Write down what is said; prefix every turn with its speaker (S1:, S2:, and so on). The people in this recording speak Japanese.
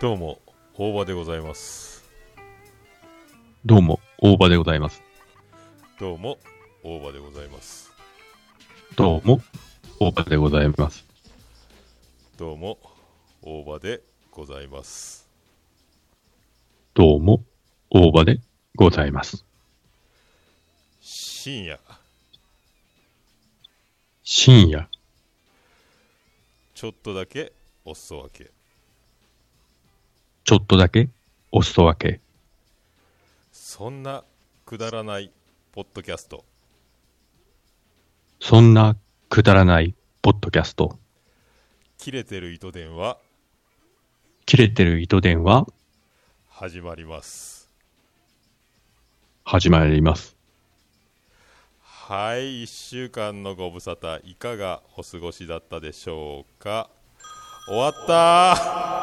S1: どうも、大場でございます。
S2: どうも、大場でございます。
S1: どうも、大場でございます。
S2: どうも、大場でございます。
S1: どうも、大場でございます。
S2: どうも、大場でございます。
S1: 深夜、
S2: 深夜、
S1: ちょっとだけお裾分け。
S2: ちょっとだけ、お裾分け。
S1: そんなくだらないポッドキャスト、
S2: そんな、くだらない、ポッドキャスト。
S1: 切れてる糸電話、
S2: 切れてる糸電話、
S1: 始まります。
S2: 始まります。
S1: はい、1週間のご無沙汰、いかがお過ごしだったでしょうか。終わった